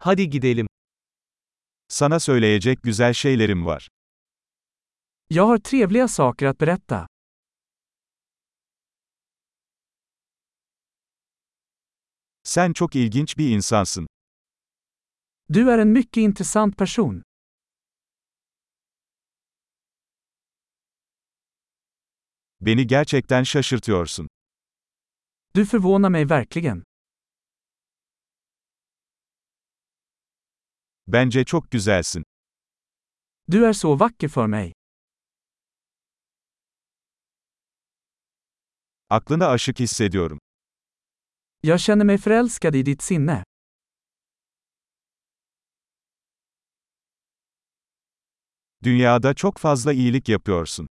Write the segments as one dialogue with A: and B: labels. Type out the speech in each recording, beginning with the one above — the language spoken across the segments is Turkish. A: Hadi gidelim.
B: Sana söyleyecek güzel şeylerim var.
C: Jag har trevliga saker att berätta.
B: Sen çok ilginç bir insansın.
C: Du är en mycket intressant person.
B: Beni gerçekten şaşırtıyorsun.
C: Du förvånar mig verkligen.
B: Bence çok güzelsin.
C: Du är så vacker för mig.
B: Aklına aşık hissediyorum.
C: Jag känner mig förälskad i ditt sinne.
B: Dünyada çok fazla iyilik yapıyorsun.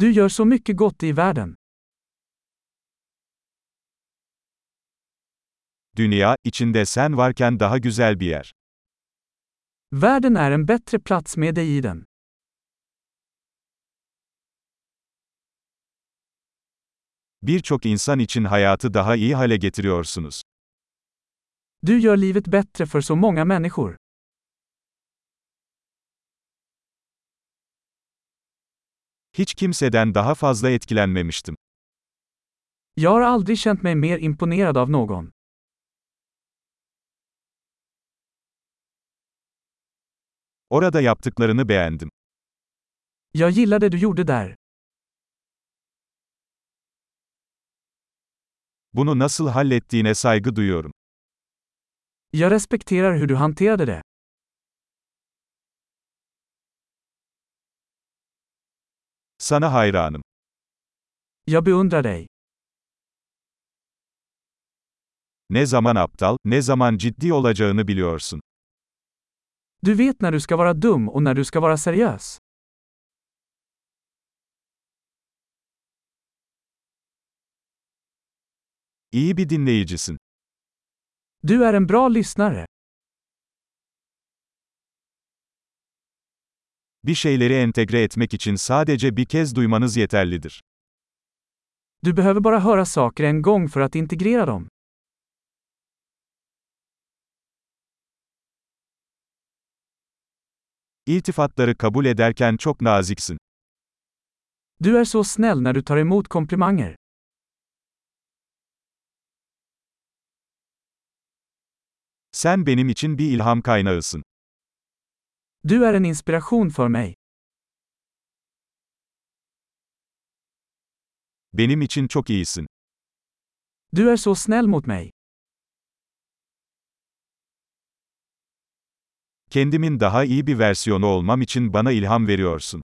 C: Du gör så mycket gott i världen.
B: Dünya, içinde sen varken daha güzel bir yer.
C: Världen är en bättre plats med dig i den.
B: Birçok insan için hayatı daha iyi hale getiriyorsunuz.
C: Du gör livet bättre för så många människor.
B: Hiç kimseden daha fazla etkilenmemiştim.
C: Jag har aldrig känt mig mer imponerad av någon.
B: Orada yaptıklarını beğendim.
C: Jag gillar det du gjorde där.
B: Bunu nasıl hallettiğine saygı duyuyorum.
C: Jag respekterar hur du hanterade det.
B: Sana hayranım.
C: Jag beundrar dig.
B: Ne zaman aptal, ne zaman ciddi olacağını biliyorsun.
C: Du vet när du ska vara dum och när du ska vara seriös.
B: İyi bir dinleyicisin.
C: Du är en bra lyssnare.
B: Bir şeyleri entegre etmek için sadece bir kez duymanız yeterlidir.
C: Du behöver bara höra saker en gång för att integrera dem.
B: İltifatları kabul ederken çok naziksin.
C: Du är så snäll när du tar emot komplimanger.
B: Sen benim için bir ilham kaynağısın.
C: Du är en inspiration för mig.
B: Benim için çok iyisin.
C: Du är så snäll mot mig.
B: Kendimin daha iyi bir versiyonu olmam için bana ilham veriyorsun.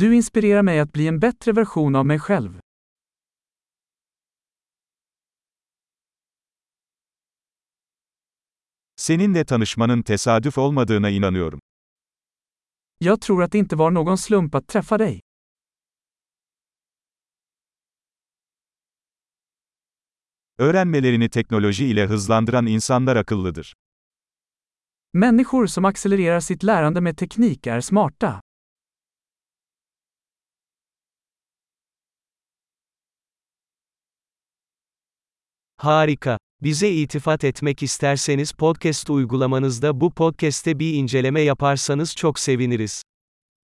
C: Du inspirerar mig att bli en bättre version av mig själv.
B: Seninle tanışmanın tesadüf olmadığına inanıyorum.
C: Jag tror att det inte var någon slump att träffa dig.
B: Öğrenmelerini teknoloji ile hızlandıran insanlar akıllıdır.
C: Människor som accelererar sitt lärande med teknik är smarta.
A: Harika. Bize itifat etmek isterseniz podcast uygulamanızda bu podcast'te bir inceleme yaparsanız çok seviniriz.